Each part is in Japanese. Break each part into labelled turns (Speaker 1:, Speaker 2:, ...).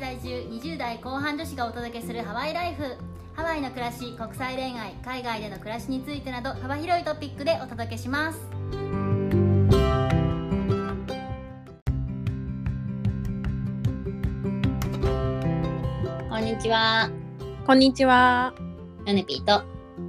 Speaker 1: 20代後半女子がお届けするハワイライフハワイの暮らし国際恋愛海外での暮らしについてなど幅広いトピックでお届けしますこんにちは
Speaker 2: こんにちは、
Speaker 1: ヨネピーと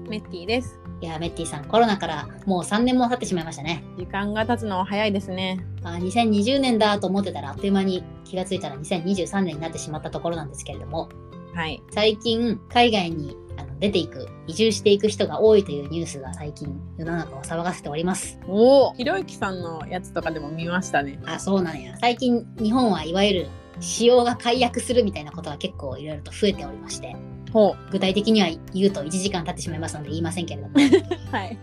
Speaker 2: メッティです。
Speaker 1: いやーメッティさんコロナからもう3年も経ってしまいましたね
Speaker 2: 時間が経つのは早いですね。
Speaker 1: あー2020年だと思ってたらあっという間に気がついたら2023年になってしまったところなんですけれども
Speaker 2: はい。
Speaker 1: 最近海外にあの出ていく移住していく人が多いというニュースが最近世の中を騒がせております
Speaker 2: おお、ひろゆきさんのやつとかでも見ましたね。
Speaker 1: あそうなんや最近日本はいわゆる使用が解約するみたいなことが結構いろいろと増えておりまして
Speaker 2: ほ
Speaker 1: 具体的には言うと1時間経ってしまいますので言いませんけれども
Speaker 2: う。はい。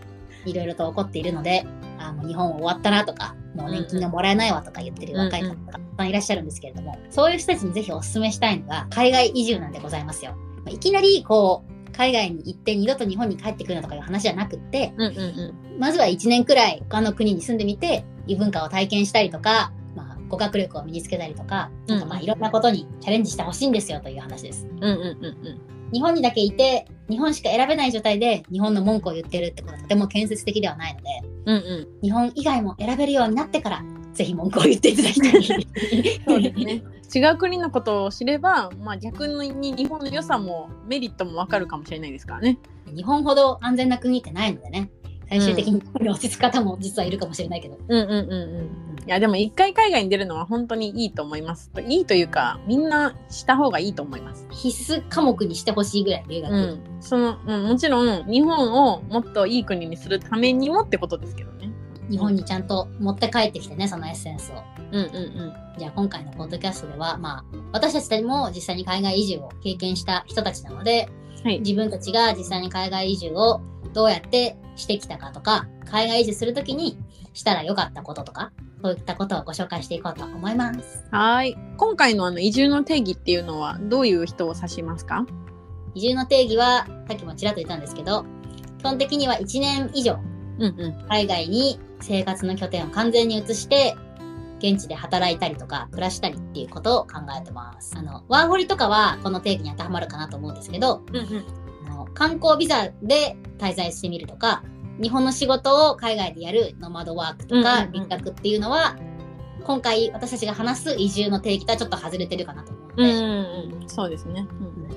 Speaker 1: いろいろと起こっているのであもう日本終わったなとかもう年金がもらえないわとか言ってる若い方がたくさんいらっしゃるんですけれども、そういう人たちにぜひお勧めしたいのが海外移住なんでございますよ。まあいきなりこう海外に行って二度と日本に帰ってくるなとかいう話じゃなくって
Speaker 2: うんうんうん。
Speaker 1: まずは1年くらい他の国に住んでみて異文化を体験したりとか、まあ、語学力を身につけたりとかなんかまあ
Speaker 2: うん
Speaker 1: いろんなことにチャレンジしてほしいんですよという話です。
Speaker 2: うんうんうんうん。
Speaker 1: 日本にだけいて日本しか選べない状態で日本の文句を言ってるってことはとても建設的ではないので
Speaker 2: うんうん。
Speaker 1: 日本以外も選べるようになってからぜひ文句を言っていただきたい。
Speaker 2: そうですね。 違う国のことを知れば、まあ逆に日本の良さもメリットもわかるかもしれないですからね。
Speaker 1: 日本ほど安全な国ってないのでね最終的に日本に落ち着く方も実はいるかもしれないけど、
Speaker 2: うんうんうんうん。いやでも一回海外に出るのは本当にいいと思います。いいというか、みんなした方がいいと思います。
Speaker 1: 必須科目にしてほしいぐらい留学、
Speaker 2: うん、その、うん、もちろん日本をもっといい国にするためにもってことですけどね。
Speaker 1: 日本にちゃんと持って帰ってきてねそのエッセンスを。
Speaker 2: うんうん
Speaker 1: じゃあ今回のポッドキャストでは、まあ、私たちも実際に海外移住を経験した人たちなので、
Speaker 2: はい
Speaker 1: 自分たちが実際に海外移住をどうやってしてきたかとか、海外移住するときにしたら良かったこととか、そういったことをご紹介していこうと思います。
Speaker 2: うん。はーい。今回のあの移住の定義っていうのはどういう人を指しますか？
Speaker 1: 移住の定義は、さっきもちらっと言ったんですけど、基本的には1年以上、
Speaker 2: うんうん
Speaker 1: 海外に生活の拠点を完全に移して、現地で働いたりとか暮らしたりっていうことを考えてます。あの、ワーホリとかはこの定義に当てはまるかなと思うんですけど、
Speaker 2: うんうん。
Speaker 1: あの観光ビザで滞在してみるとか日本の仕事を海外でやるノマドワークと
Speaker 2: うん
Speaker 1: か
Speaker 2: うんうん
Speaker 1: 輪郭っていうのは、今回私たちが話す移住の定義とはちょっと外れてるかなと思うの
Speaker 2: うん
Speaker 1: で、
Speaker 2: うんうん。そうですね。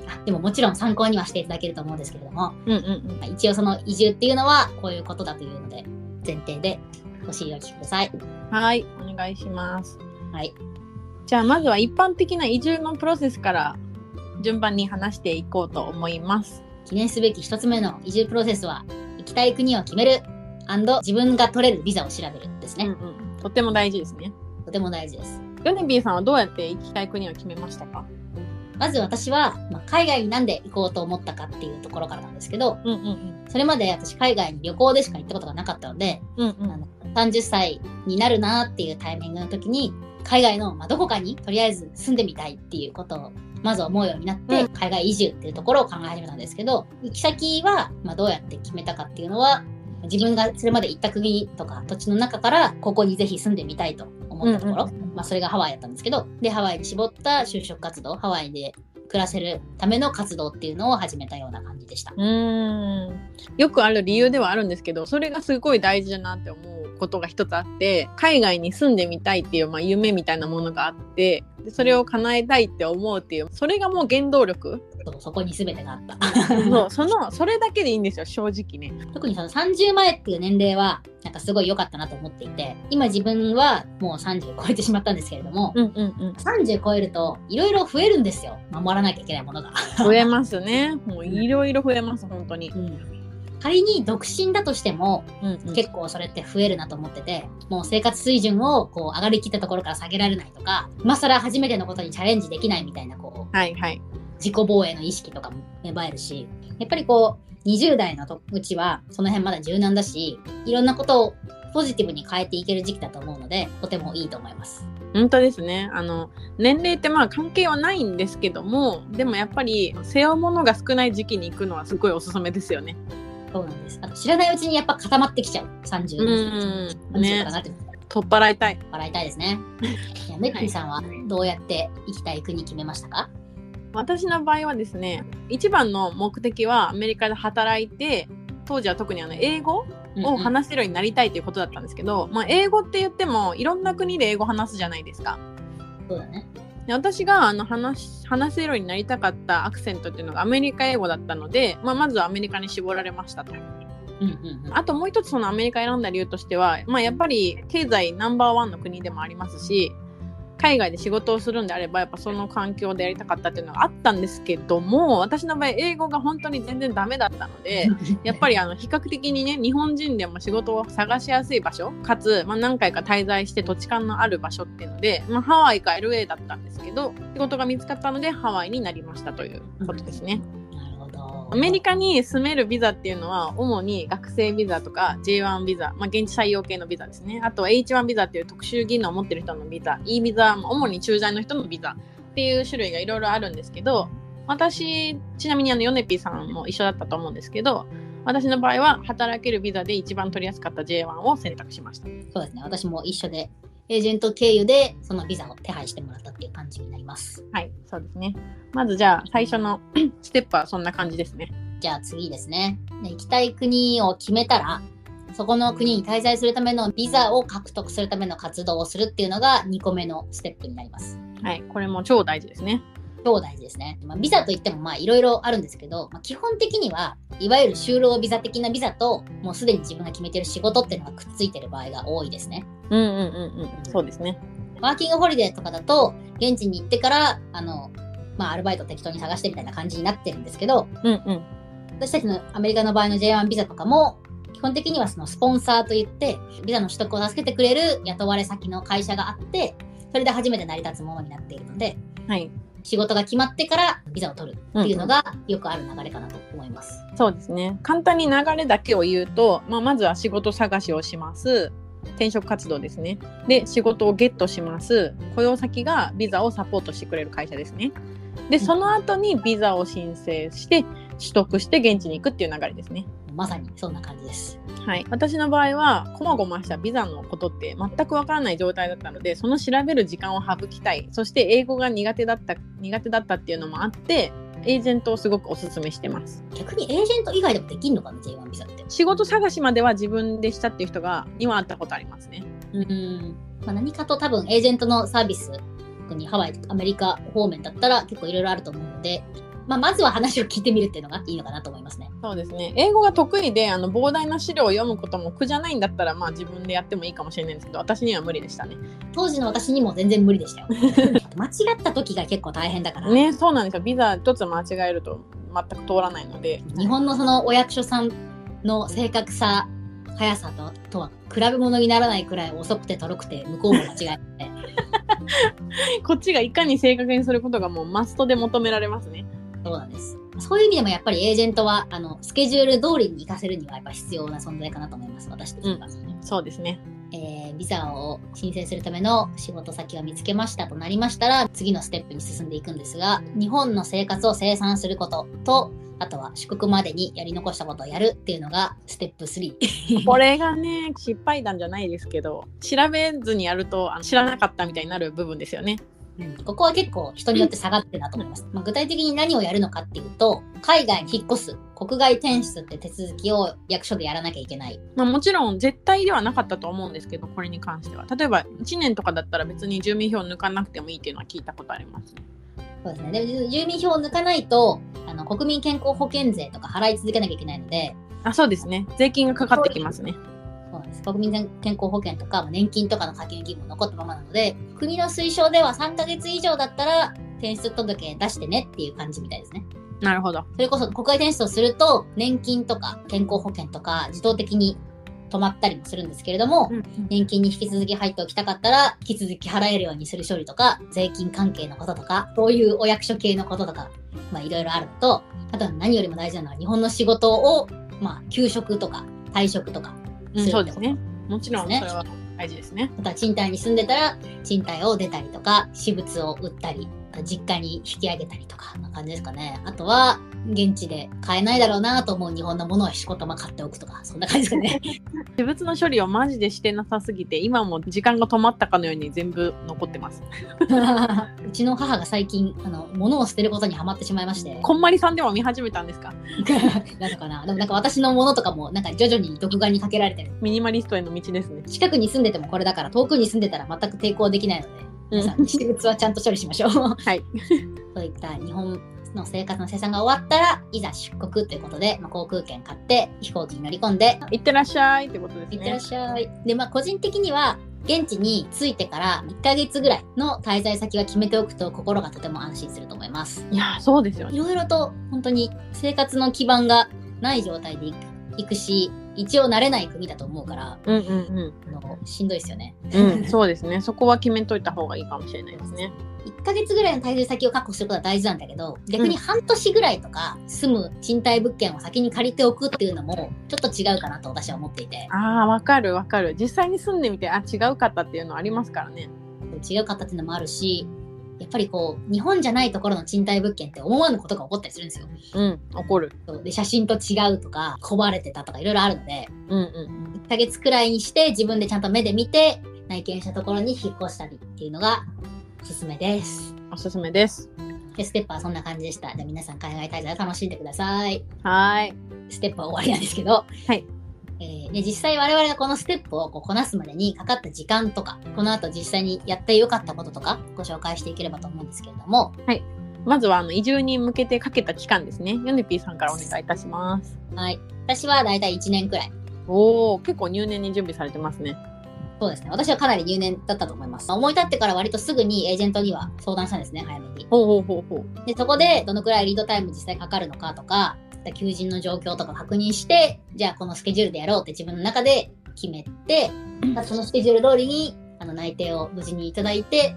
Speaker 1: あでももちろん参考にはしていただけると思うんですけれども
Speaker 2: うんうんうん
Speaker 1: 一応その移住っていうのはこういうことだというので前提でご知りおきください。
Speaker 2: うん。はーい。お願いします。
Speaker 1: はい、
Speaker 2: じゃあまずは一般的な移住のプロセスから順番に話していこうと思います。
Speaker 1: 記念すべき一つ目の移住プロセスは行きたい国を決める自分が取れるビザを調べるです
Speaker 2: う
Speaker 1: ね。
Speaker 2: んうん。とっても大事ですね。
Speaker 1: とても大事です。
Speaker 2: ヨネビーさんはどうやって行きたい国を決めましたか？
Speaker 1: まず私は、まあ、海外になんで行こうと思ったかっていうところからなんですけど、
Speaker 2: うんうん
Speaker 1: それまで私海外に旅行でしか行ったことがなかったので、
Speaker 2: うん。うんう
Speaker 1: あの30歳になるなっていうタイミングの時に、海外の、まあ、どこかにとりあえず住んでみたいっていうことをまず思うようになって、
Speaker 2: う
Speaker 1: 海外移住っていうところを考え始めたんですけど、行き先は、まあ、どうやって決めたかっていうのは、自分がそれまで行った国とか土地の中からここにぜひ住んでみたいと思ったところ、
Speaker 2: うん
Speaker 1: まあ、それがハワイだったんですけどでハワイに絞った就職活動ハワイで暮らせるための活動っていうのを始めたような感じでした
Speaker 2: うーんよくある理由ではあるんですけどそれがすごい大事だなって思うことが一つあって海外に住んでみたいっていう、まあ、夢みたいなものがあってでそれを叶えたいって思うっていうそれがもう原動力
Speaker 1: そうそこに全てがあった
Speaker 2: そうそのそれだけでいいんですよ正直ね。
Speaker 1: 特にその30前っていう年齢はなんかすごい良かったなと思っていて今自分はもう30超えてしまったんですけれども
Speaker 2: うんうんうん、
Speaker 1: 30超えるといろいろ増えるんですよ守らなきゃいけないものが、
Speaker 2: 増えますねもういろいろ増えます本当に。
Speaker 1: 仮に独身だとしても
Speaker 2: うんうん
Speaker 1: 結構それって増えるなと思っててもう生活水準をこう上がりきったところから下げられないとか今更初めてのことにチャレンジできないみたいなこう
Speaker 2: はいはい。
Speaker 1: 自己防衛の意識とかも芽生えるしやっぱりこう20代のとうちはその辺まだ柔軟だしいろんなことをポジティブに変えていける時期だと思うのでとてもいいと思います。
Speaker 2: 本当ですねあの年齢ってまあ関係はないんですけどもでもやっぱり背負うものが少ない時期に行くのはすごいおすすめですよね。
Speaker 1: そうなんですあと知らないうちにやっぱ固まってきちゃう30
Speaker 2: うん
Speaker 1: 30
Speaker 2: ね
Speaker 1: とかなってくる
Speaker 2: 取っ払いたい
Speaker 1: 笑いたいですね。いやメッティさんはどうやって行きたい国決めましたか
Speaker 2: 私の場合はですね一番の目的はアメリカで働いて当時は特にあの英語を話せるようになりたいということだったんですけど、まあ、英語って言ってもいろんな国で英語話すじゃないですか。
Speaker 1: そうだね。
Speaker 2: で私があの話話せるようになりたかったアクセントっていうのがアメリカ英語だったので、まあ、まずはアメリカに絞られましたと。
Speaker 1: うんうんうん。
Speaker 2: あともう一つそのアメリカ選んだ理由としては、まあ、やっぱり経済ナンバーワンの国でもありますし海外で仕事をするんであればやっぱその環境でやりたかったっていうのがあったんですけども私の場合英語が本当に全然ダメだったのでやっぱりあの比較的にね日本人でも仕事を探しやすい場所かつ、まあ、何回か滞在して土地勘のある場所っていうので、まあ、ハワイか LA だったんですけど仕事が見つかったのでハワイになりましたということですね。
Speaker 1: なるほど。
Speaker 2: アメリカに住めるビザっていうのは主に学生ビザとか J1 ビザ、まあ、現地採用系のビザですねあと H1 ビザっていう特殊技能を持ってる人のビザ E ビザ、まあ主に駐在の人のビザっていう種類がいろいろあるんですけど私ちなみにあのヨネピーさんも一緒だったと思うんですけど私の場合は働けるビザで一番取りやすかった J1 を選択しました
Speaker 1: そうですね。私も一緒で、エージェント経由でそのビザを手配してもらったっていう感じになります。
Speaker 2: はいそうですねまずじゃあ最初の ステップはそんな感じですね
Speaker 1: じゃあ次ですね。で行きたい国を決めたら、そこの国に滞在するためのビザを獲得するための活動をするっていうのが2個目のステップになります。
Speaker 2: はいこれも超大事ですね
Speaker 1: 超大事ですね。まあ、ビザといってもまあいろいろあるんですけど、まあ、基本的にはいわゆる就労ビザ的なビザともうすでに自分が決めてる仕事っていうのがくっついてる場合が多いですね。
Speaker 2: うんうんうんうんそうですね
Speaker 1: ワーキングホリデーとかだと現地に行ってからあの、まあ、アルバイト適当に探してみたいな感じになってるんですけど
Speaker 2: うんうん
Speaker 1: 私たちのアメリカの場合の J1 ビザとかも基本的にはそのスポンサーといってビザの取得を助けてくれる雇われ先の会社があってそれで初めて成り立つものになっているので
Speaker 2: はい、
Speaker 1: 仕事が決まってからビザを取るっていうのがよくある流れかなと思います。
Speaker 2: そうですね簡単に流れだけを言うと、まあ、まずは仕事探しをします転職活動ですねで仕事をゲットします雇用先がビザをサポートしてくれる会社ですねでその後にビザを申請して取得して現地に行くっていう流れですね
Speaker 1: まさにそんな感じです。
Speaker 2: はい、私の場合はこまごましたビザのことって全くわからない状態だったのでその調べる時間を省きたいそして英語が苦手だった苦手だったっていうのもあってエージェントをすごくおすすめしてます
Speaker 1: 逆にエージェント以外でもできんのかな J1 ビザって。
Speaker 2: 仕事探しまでは自分でしたっていう人がにはあったことありますね。
Speaker 1: うん、まあ、何かと多分エージェントのサービス特にハワイアメリカ方面だったら結構いろいろあると思うので、まあ、まずは話を聞いてみるっていうのがいいのかなと思いますね。
Speaker 2: そうですね。英語が得意であの膨大な資料を読むことも苦じゃないんだったらまあ自分でやってもいいかもしれないんですけど、私には無理でしたね。
Speaker 1: 当時の私にも全然無理で したよ。間違った時が結構大変だから、
Speaker 2: ね、そうなんですよ。ビザ一つ間違えると全く通らないので。
Speaker 1: 日本のそのお役所さんの正確さ速さととは比べ物にならないくらい遅くてとろくて向こうも間違えて
Speaker 2: こっちがいかに正確にすることがもうマストで求められますね。
Speaker 1: そうなんですそういう意味でもやっぱりエージェントはあのスケジュール通りに行かせるにはやっぱ必要な存在かなと思います私としては。
Speaker 2: そうです ね。
Speaker 1: えービザを申請するための仕事先が見つけましたとなりましたら次のステップに進んでいくんですが日本の生活を清算することとあとは出国までにやり残したことをやるっていうのがステップ3
Speaker 2: これがね、失敗談じゃないですけど、調べずにやるとあの知らなかったみたいになる部分ですよね。
Speaker 1: ここは結構人によって下がってるなと思います、まあ具体的に何をやるのかっていうと海外に引っ越す国外転出って手続きを役所でやらなきゃいけない
Speaker 2: まあ、もちろん絶対ではなかったと思うんですけどこれに関しては例えば1年とかだったら別に住民票抜かなくてもいいっていうのは聞いたことありますね
Speaker 1: そうですね。で住民票を抜かないとあの国民健康保険税とか払い続けなきゃいけないので
Speaker 2: あそうですね税金がかかってきますね
Speaker 1: そうなんです国民健康保険とか年金とかの加給義務も残ったままなので国の推奨では3ヶ月以上だったら転出届出してねっていう感じみたいですね
Speaker 2: なるほど
Speaker 1: それこそ国外転出をすると年金とか健康保険とか自動的に止まったりもするんですけれども、年金に引き続き入っておきたかったら引き続き払えるようにする処理とか税金関係のこととかそういうお役所系のこととかまあいろいろあるのとあとは何よりも大事なのは日本の仕事をまあ休職とか退職とか
Speaker 2: うんそうですねもちろんそ
Speaker 1: で
Speaker 2: れ
Speaker 1: すね
Speaker 2: は大事ですね
Speaker 1: あとは賃貸に住んでたら賃貸を出たりとか私物を売ったり実家に引き上げたりとかそんな感じですかねあとは現地で買えないだろうなと思う日本のものを一言ま買っておくとか、そんな感じですね。
Speaker 2: 私物の処理をマジでしてなさすぎて今も時間が止まったかのように全部残ってます
Speaker 1: うちの母が最近、あの、物を捨てることにハマってしまいまして、
Speaker 2: こんまりさんでも見始めたんですか
Speaker 1: なのかな。でもなんか私のものとかも、なんか徐々に独眼にかけられてる。
Speaker 2: ミニマリストへの道ですね
Speaker 1: 近くに住んでてもこれだから、遠くに住んでたら全く抵抗できないので、皆さん、私物はちゃんと処理しましょう。
Speaker 2: はい
Speaker 1: そういった日本の生活の生産が終わったらいざ出国ということで、まあ、航空券買って飛行機に乗り込んで
Speaker 2: いってらっしゃいってことです
Speaker 1: 行ってらっ
Speaker 2: ね
Speaker 1: しゃい。でまあ個人的には現地に着いてから1ヶ月ぐらいの滞在先は決めておくと心がとても安心すると思います。
Speaker 2: いやーそうですよ
Speaker 1: い
Speaker 2: ね
Speaker 1: ろいろと本当に生活の基盤がない状態で行く行くし一応慣れない国だと思うから
Speaker 2: うんうん
Speaker 1: あのしんどいですよね。
Speaker 2: うん、うん、そうですねそこは決めといた方がいいかもしれないですね
Speaker 1: 1ヶ月ぐらいの滞在先を確保することは大事なんだけど逆に半年ぐらいとか住む賃貸物件を先に借りておくっていうのもちょっと違うかなと私は思っていて
Speaker 2: あーわかるわかる実際に住んでみてあ違うかったっていうのありますからね
Speaker 1: 違うかったっていうのもあるしやっぱりこう日本じゃないところの賃貸物件って思わぬことが起こったりするんですよ
Speaker 2: うん怒る
Speaker 1: そうで写真と違うとかこばれてたとかいろいろあるので
Speaker 2: うんうん
Speaker 1: 1ヶ月くらいにして自分でちゃんと目で見て内見したところに引っ越したりっていうのがおすすめです
Speaker 2: うんおすすめです
Speaker 1: でステップはそんな感じでしたで皆さん海外滞在を楽しんでください
Speaker 2: はーい
Speaker 1: ステップは終わりなんですけど、
Speaker 2: はい
Speaker 1: えーで実際我々がこのステップをこうこなすまでにかかった時間とかこの後実際にやってよかったこととかご紹介していければと思うんですけれども
Speaker 2: まずはあの移住に向けてかけた期間ですねヨネピーさんからお願いいたします
Speaker 1: はい私は大体1年くらい
Speaker 2: おお結構入念に準備されてますね
Speaker 1: そうですね私はかなり入念だったと思います思い立ってから割とすぐにエージェントには相談したんですね早めに
Speaker 2: ほうほうほうほう
Speaker 1: でそこでどのくらいリードタイム実際かかるのかとか求人の状況とか確認してじゃあこのスケジュールでやろうって自分の中で決めてまあそのスケジュール通りにあの内定を無事にいただいて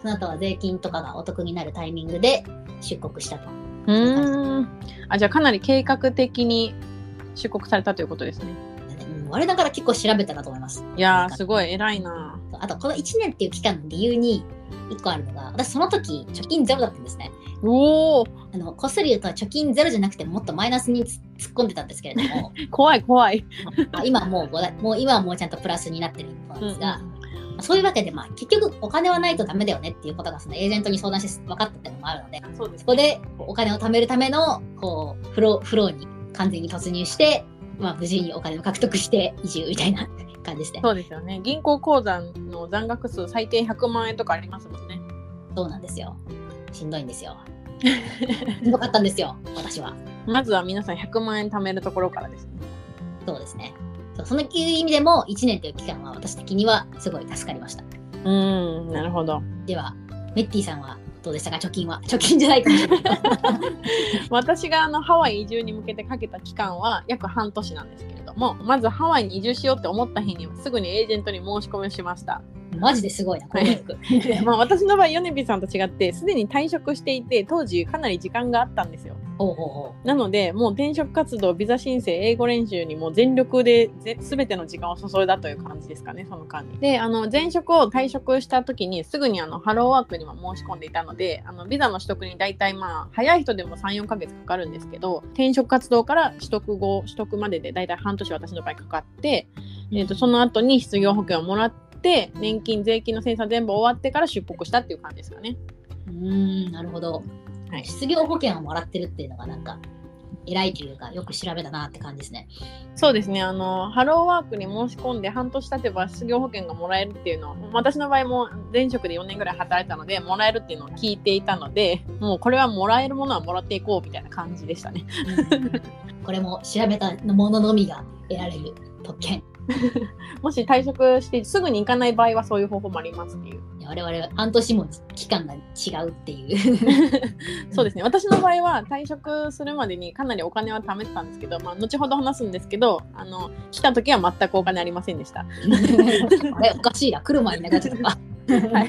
Speaker 1: その後は税金とかがお得になるタイミングで出国したと
Speaker 2: うーんあじゃあかなり計画的に出国されたということですね
Speaker 1: うん我ながら結構調べたなと思います
Speaker 2: いやーすごい偉いな
Speaker 1: あとこの1年っていう期間の理由に1個あるのが私その時貯金ゼロだったんですね
Speaker 2: おお
Speaker 1: あのこっそり言うと貯金ゼロじゃなくてもっとマイナスに突突っ込んでたんですけれども
Speaker 2: 怖い怖い
Speaker 1: まあ今はもうごだもう今はもうちゃんとプラスになってる一方なんですが、まあそういうわけで、まあ、結局お金はないとダメだよねっていうことがそのエージェントに相談して分かったっていうのもあるので
Speaker 2: そうです
Speaker 1: そこでお金を貯めるためのこうフローフローに完全に突入して、まあ、無事にお金を獲得して移住みたいな感じですね。
Speaker 2: そうですよね銀行口座の残額数最低100万円とかありますもんね
Speaker 1: そうなんですよ。しんどいんですよ。しんどかったんですよ私は。
Speaker 2: まずは皆さん100万円貯めるところからですね
Speaker 1: そうですね。そうそのいう意味でも1年という期間は私的にはすごい助かりました。
Speaker 2: うーんなるほど
Speaker 1: ではメッティさんはどうでしたか貯金は貯金じゃないかもしれない。
Speaker 2: 私があのハワイ移住に向けてかけた期間は約半年なんですけれどもまずハワイに移住しようって思った日にはすぐにエージェントに申し込みをしました、
Speaker 1: マジですごいな、この役。
Speaker 2: まあ、私の場合米ビさんと違ってすでに退職していて当時かなり時間があったんですよ
Speaker 1: ほうほうほ
Speaker 2: なのでもう転職活動ビザ申請英語練習にもう全力でぜ全ての時間を注いだという感じですかねその間に。であの前職を退職した時にすぐにあのハローワークにも申し込んでいたのであのビザの取得に大体まあ早い人でも34ヶ月かかるんですけど転職活動から取得後取得までで大体半年私の場合かかって、えー、とその後に失業保険をもらって年金税金の精査全部終わってから出国したっていう感じですかね。
Speaker 1: う。うーん、なるほど。
Speaker 2: はい
Speaker 1: 失業保険をもらってるっていうのが、なんか、偉いというか、よく調べたなって感じです ね。
Speaker 2: そうですねあのハローワークに申し込んで半年経てば失業保険がもらえるっていうのは私の場合も前職で4年ぐらい働いたのでもらえるっていうのを聞いていたのでもうこれはもらえるものはもらっていこうみたいな感じでしたね。
Speaker 1: これも調べたもののみが得られる特権。
Speaker 2: もし退職してすぐに行かない場合はそういう方法もありますっていう。
Speaker 1: 我々は半年も期間が違うって いう。
Speaker 2: そうですね私の場合は退職するまでにかなりお金は貯めてたんですけど、まあ、後ほど話すんですけどあの来た時は全くお金ありません でした。
Speaker 1: あれ、おかしいな、来る前になくなっちゃった。
Speaker 2: はい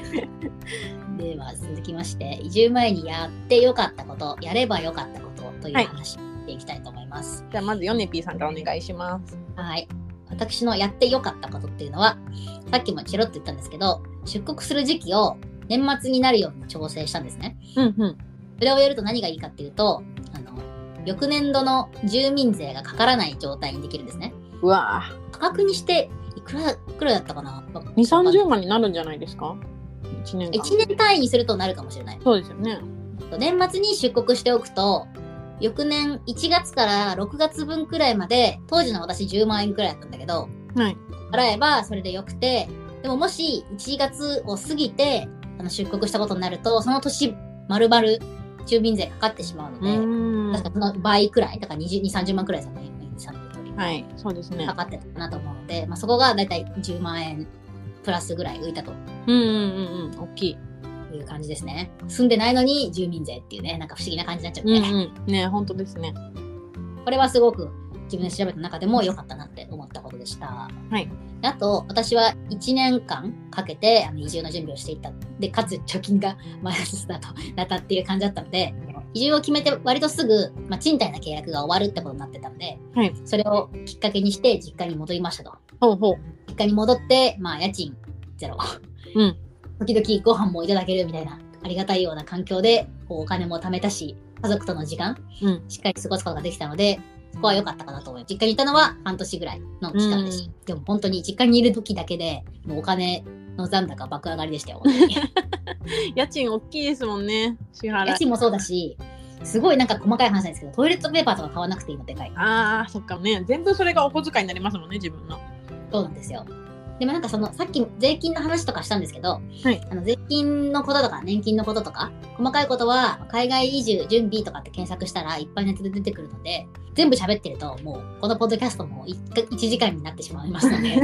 Speaker 1: では、続きまして、移住前にやってよかったこと、やればよかったことという話していきたいと思います。
Speaker 2: じゃあまずヨネピーさんからお願いします。
Speaker 1: はい。私のやってよかったことっていうのは、さっきもチロッと言ったんですけど、出国する時期を年末になるように調整したんですね。
Speaker 2: うんうん
Speaker 1: それをやると何がいいかっていうと、あの、翌年度の住民税がかからない状態にできるんですね。
Speaker 2: うわあ
Speaker 1: 価格にしていくらいくらだったかな
Speaker 2: 2 3 0万になるんじゃないですか1年間
Speaker 1: 1年単位にするとなるかもしれない。
Speaker 2: そうですよね
Speaker 1: 年末に出国しておくと、翌年1月から6月分くらいまで、当時の私10万円くらいだったんだけど、
Speaker 2: はい
Speaker 1: 払えばそれでよくて、でももし1月を過ぎて、あの出国したことになると、その年丸々住民税かかってしまうの
Speaker 2: う
Speaker 1: で、
Speaker 2: ーん
Speaker 1: 確かその倍くらい、だから20、20 30万くらいですよね、今さんの言う通り
Speaker 2: はいそうですね
Speaker 1: かかってたかなと思うので、まあ、そこがだいたい10万円プラスぐらい浮いたと
Speaker 2: うんうんうんうん大きい
Speaker 1: いう感じですね。住んでないのに住民税っていうね、なんか不思議な感じになっちゃっ
Speaker 2: う
Speaker 1: て。
Speaker 2: んうんね本当ですね
Speaker 1: これはすごく自分で調べた中でも良かったなって思ったことでした。
Speaker 2: はい。
Speaker 1: あと、私は1年間かけてあの移住の準備をしていった。で、かつ貯金がマイナススタートだったっていう感じだったので、移住を決めて割とすぐ、まあ、賃貸の契約が終わるってことになってたので、
Speaker 2: はい
Speaker 1: それをきっかけにして実家に戻りましたと。
Speaker 2: ほうほう
Speaker 1: 実家に戻って、まあ、家賃ゼロ。
Speaker 2: うん
Speaker 1: 時々ご飯もいただけるみたいな、ありがたいような環境で、こうお金も貯めたし、家族との時間、
Speaker 2: うん
Speaker 1: しっかり過ごすことができたので、そこは良かったかなと思います。実家にいたのは半年ぐらいの期間でし
Speaker 2: う
Speaker 1: た。でも本当に実家にいる時だけで、もうお金の残高爆上がりでしたよ。本当に
Speaker 2: 家賃大きいですもんね支払
Speaker 1: 家
Speaker 2: い
Speaker 1: 賃もそうだし、すごいなんか細かい話なんですけど、トイレットペーパーとか買わなくていいのでかい。
Speaker 2: あーそっかね全部それがお小遣いになりますもんね自分の
Speaker 1: そうなんですよ。でもなんかそのさっき税金の話とかしたんですけど、
Speaker 2: はい
Speaker 1: あの税金のこととか年金のこととか細かいことは海外移住準備とかって検索したらいっぱいネットで出てくるので全部喋ってるともうこのポッドキャストも 1, 時間になってしまいますので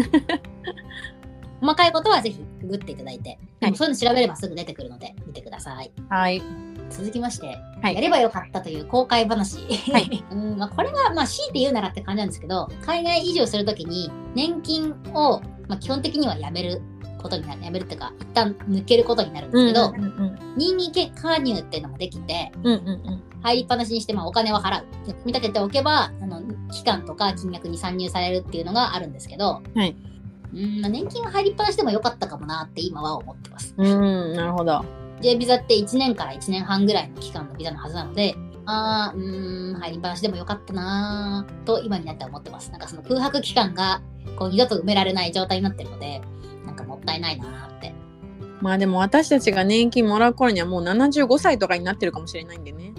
Speaker 1: 細かいことはぜひググっていただいてでもそういうの調べればすぐ出てくるので見てください
Speaker 2: はい
Speaker 1: 続きまして、
Speaker 2: はい
Speaker 1: やればよかったという公開話、
Speaker 2: は
Speaker 1: うんまあ、これはまあ強いて言うならって感じなんですけど海外移住するときに年金を、まあ、基本的にはやめることになるやめるっていうか一旦抜けることになるんですけど、
Speaker 2: うんうん
Speaker 1: 任意加入っていうのもできて
Speaker 2: うんうんうん
Speaker 1: 入りっぱなしにしてまあお金を払う組み立てておけばあの期間とか金額に算入されるっていうのがあるんですけど、
Speaker 2: はい
Speaker 1: うんまあ年金が入りっぱなしでもよかったかもなって今は思ってます。
Speaker 2: うんなるほど
Speaker 1: J ビザって1年から1年半ぐらいの期間のビザのはずなので、あー、うーん、入りっぱなしでもよかったなーと今になっては思ってます。なんかその空白期間がこう二度と埋められない状態になってるので、なんかもったいないなーって。
Speaker 2: まあでも私たちが年金もらう頃にはもう75歳とかになってるかもしれないんでね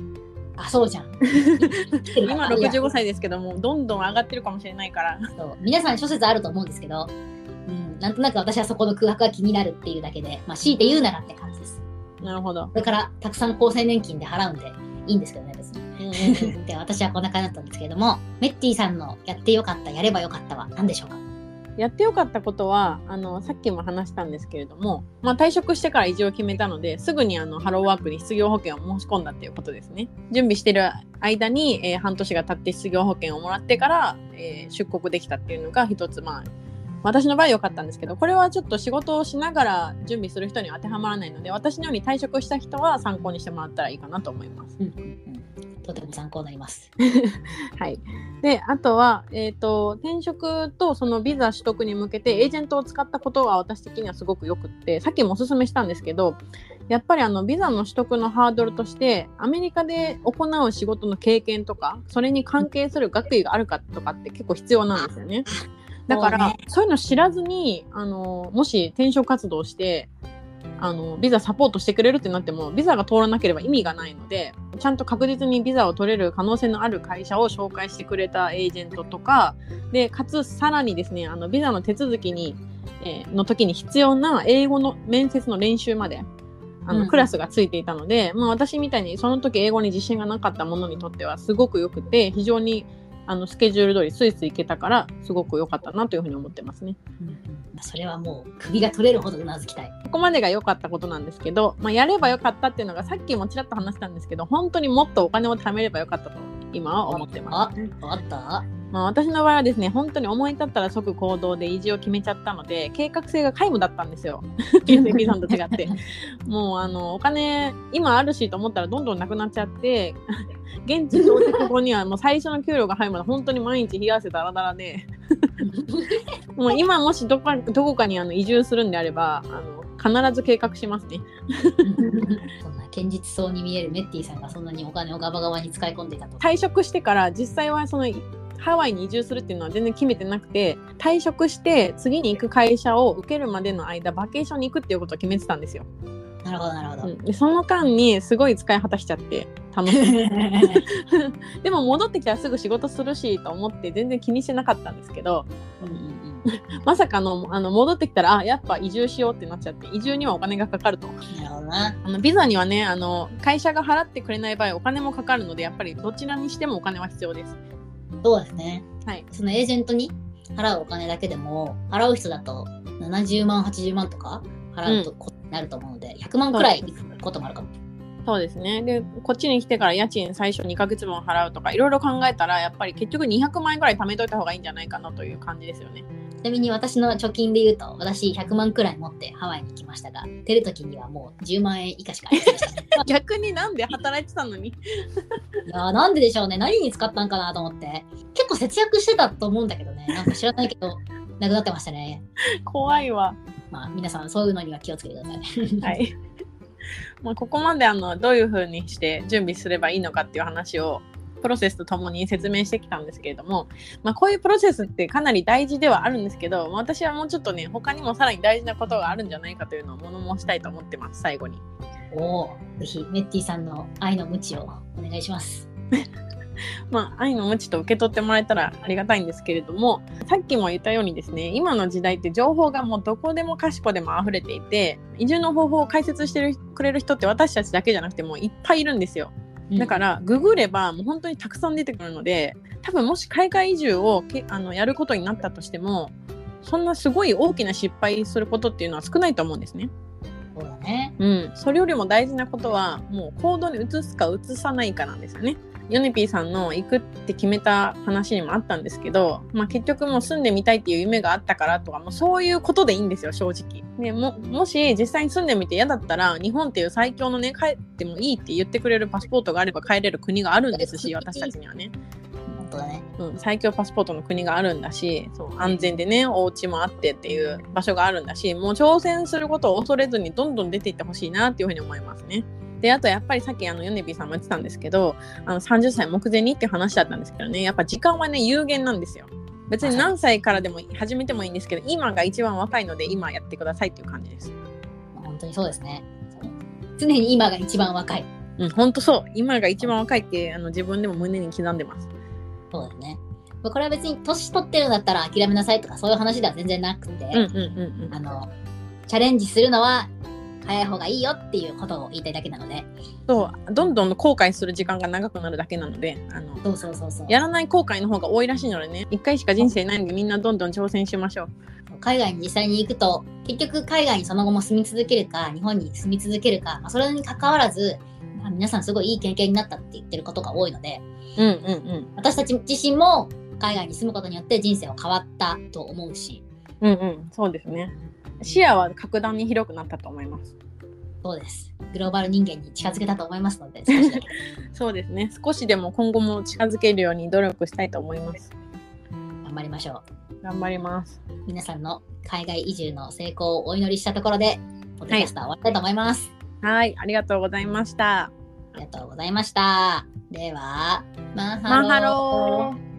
Speaker 1: あ、そう じゃん。
Speaker 2: 今
Speaker 1: いや
Speaker 2: 65歳ですけどもどんどん上がってるかもしれな いから
Speaker 1: そう皆さん諸説あると思うんですけど、うん、なんとなく私はそこの空白が気になるっていうだけで、まあ、強いて言うならって感じです。
Speaker 2: なるほど、
Speaker 1: これからたくさん厚生年金で払うんでいいんですけどね、別に。
Speaker 2: うんうんうん
Speaker 1: で私はこんな感じだったんですけれども、メッティさんのやってよかった、やればよかったは何でしょうか
Speaker 2: やってよかったことはあのさっきも話したんですけれども、まあ、退職してから移住を決めたのですぐにあのハローワークに失業保険を申し込んだっていうことですね準備してる間に、えー半年が経って失業保険をもらってから、えー出国できたっていうのが一つまあ私の場合良かったんですけどこれはちょっと仕事をしながら準備する人には当てはまらないので私のように退職した人は参考にしてもらったらいいかなと思います。
Speaker 1: とても参考になります。
Speaker 2: はい、であとは、えー、と転職とそのビザ取得に向けてエージェントを使ったことは私的にはすごくよくってさっきもおすすめしたんですけどやっぱりあのビザの取得のハードルとしてアメリカで行う仕事の経験とかそれに関係する学位があるかとかって結構必要なんですよね。だから
Speaker 1: そう
Speaker 2: そう,、
Speaker 1: ね
Speaker 2: いうの知らずにあのもし転職活動してあのビザサポートしてくれるってなってもビザが通らなければ意味がないのでちゃんと確実にビザを取れる可能性のある会社を紹介してくれたエージェントとかでかつさらにですねあのビザの手続きに、えーの時に必要な英語の面接の練習まであの、
Speaker 1: うん
Speaker 2: クラスがついていたので、まあ、私みたいにその時英語に自信がなかったものにとってはすごくよくて非常にあのスケジュール通りスイスイ行けたからすごく良かったなというふうに思ってますね。
Speaker 1: まあそれはもう首が取れるほどうなずきたい。
Speaker 2: ここまでが良かったことなんですけど、まあ、やれば良かったっていうのがさっきもちらっと話したんですけど本当にもっとお金を貯めれば良かったと今は思ってます。
Speaker 1: あった
Speaker 2: まあ、私の場合はですね本当に思い立ったら即行動で移住を決めちゃったので計画性が皆無だったんですよ ゆずきさんと違ってもうあのお金今あるしと思ったらどんどんなくなっちゃって現地到着後にはもう最初の給料が入るまで本当に毎日冷や汗だらだらでもう今もしどこかどこかにあの移住するんであればあの必ず計画しますね。
Speaker 1: そんな堅実そうに見えるメッティさんがそんなにお金をガバガバに使い込んでいたと。
Speaker 2: 退職してから実際はそのハワイに移住するっていうのは全然決めてなくて退職して次に行く会社を受けるまでの間バケーションに行くっていうことを決めてたんですよ。
Speaker 1: なるほどなるほど。
Speaker 2: うんでその間にすごい使い果たしちゃって楽しい でも戻ってきたらすぐ仕事するしと思って全然気にしてなかったんですけど
Speaker 1: うんうん
Speaker 2: まさかのあの戻ってきたらあやっぱ移住しようってなっちゃって移住にはお金がかかると
Speaker 1: うん、なるほどな。
Speaker 2: あのビザにはねあの会社が払ってくれない場合お金もかかるのでやっぱりどちらにしてもお金は必要です
Speaker 1: そうですね。
Speaker 2: はい
Speaker 1: そのエージェントに払うお金だけでも、払う人だと70万、80万とか払うとことになると思うので、100万くらいいくこともあるかも。
Speaker 2: そうですねでこっちに来てから家賃最初2ヶ月分払うとかいろいろ考えたらやっぱり結局200万円ぐらい貯めといた方がいいんじゃないかなという感じですよね
Speaker 1: ちなみに私の貯金で言うと、私100万くらい持ってハワイに来ましたが、出るときにはもう10万円以下しかありません でした。い
Speaker 2: 逆になんで働いてたのに
Speaker 1: やーなんででしょうね。何に使ったんかなと思って。結構節約してたと思うんだけどね。なんか知らないけど、 なくなってましたね。
Speaker 2: 怖いわ
Speaker 1: まあ皆さんそういうのには気をつけてください。
Speaker 2: はい。まあ、ここまであのどういうふうにして準備すればいいのかっていう話をプロセスとともに説明してきたんですけれども、まあ、こういうプロセスってかなり大事ではあるんですけど、まあ私はもうちょっとね他にもさらに大事なことがあるんじゃないかというのを物申したいと思ってます最後に。
Speaker 1: おお、ぜひメッティさんの愛の無知をお願いします。、
Speaker 2: まあ、愛の無知と受け取ってもらえたらありがたいんですけれどもさっきも言ったようにですね今の時代って情報がもうどこでもかしこでも溢れていて移住の方法を解説してるくれる人って私たちだけじゃなくてもういっぱいいるんですよ。だかららググればもう本当にたくさん出てくるので多分もし海外移住をけあのやることになったとしてもそんなすごい大きな失敗することっていうのは少ないと思うんですね。
Speaker 1: そうだね。
Speaker 2: うん、それよりも大事なことはもう行動に移すか移さないかなんですよね。ヨネピーさんの行くって決めた話にもあったんですけど、まあ、結局もう住んでみたいっていう夢があったからとかもうそういうことでいいんですよ正直。ね、ももし実際に住んでみて嫌だったら日本っていう最強のね帰ってもいいって言ってくれるパスポートがあれば帰れる国があるんです し私たちにはね。
Speaker 1: 本当だね。
Speaker 2: うん、最強パスポートの国があるんだしそう安全でねお家もあってっていう場所があるんだしもう挑戦することを恐れずにどんどん出ていってほしいなっていうふうに思いますね。であとやっぱりさっきあのヨネビーさんも言ってたんですけどあの30歳目前にっていう話だったんですけどねやっぱ時間はね有限なんですよ。別に何歳からでも始めてもいいんですけど今が一番若いので今やってくださいっていう感じです。
Speaker 1: まあ本当にそうですね。そう常に今が一番若い。
Speaker 2: うん、ほんとそう今が一番若いってあの自分でも胸に刻んでます。
Speaker 1: そうだよね。まあこれは別に年取ってるんだったら諦めなさいとかそういう話では全然なくて、
Speaker 2: うんうんうんうん
Speaker 1: あの、チャレンジするのは早い方がいいよっていうことを言いたいだけなので。
Speaker 2: そうどんどん後悔する時間が長くなるだけなのであの
Speaker 1: そうそうそうそう。
Speaker 2: やらない後悔の方が多いらしいのでね一回しか人生ないんでみんなどんどん挑戦しましょう
Speaker 1: 海外に実際に行くと結局海外にその後も住み続けるか日本に住み続けるか、まあ、それに関わらずまあ皆さんすごいいい経験になったって言ってることが多いので
Speaker 2: うんうんうん
Speaker 1: 私たち自身も海外に住むことによって人生は変わったと思うし
Speaker 2: うんうんそうですね視野は格段に広くなったと思います
Speaker 1: そうですグローバル人間に近づけたと思いますので少しだけ
Speaker 2: そうですね少しでも今後も近づけるように努力したいと思います
Speaker 1: 頑張りましょ
Speaker 2: 頑張ります
Speaker 1: う皆さんの海外移住の成功をお祈りしたところでポッドキャストは終わりたいと思います、
Speaker 2: はいありがとうございました
Speaker 1: ありがとうございましたではマン
Speaker 2: マンハロー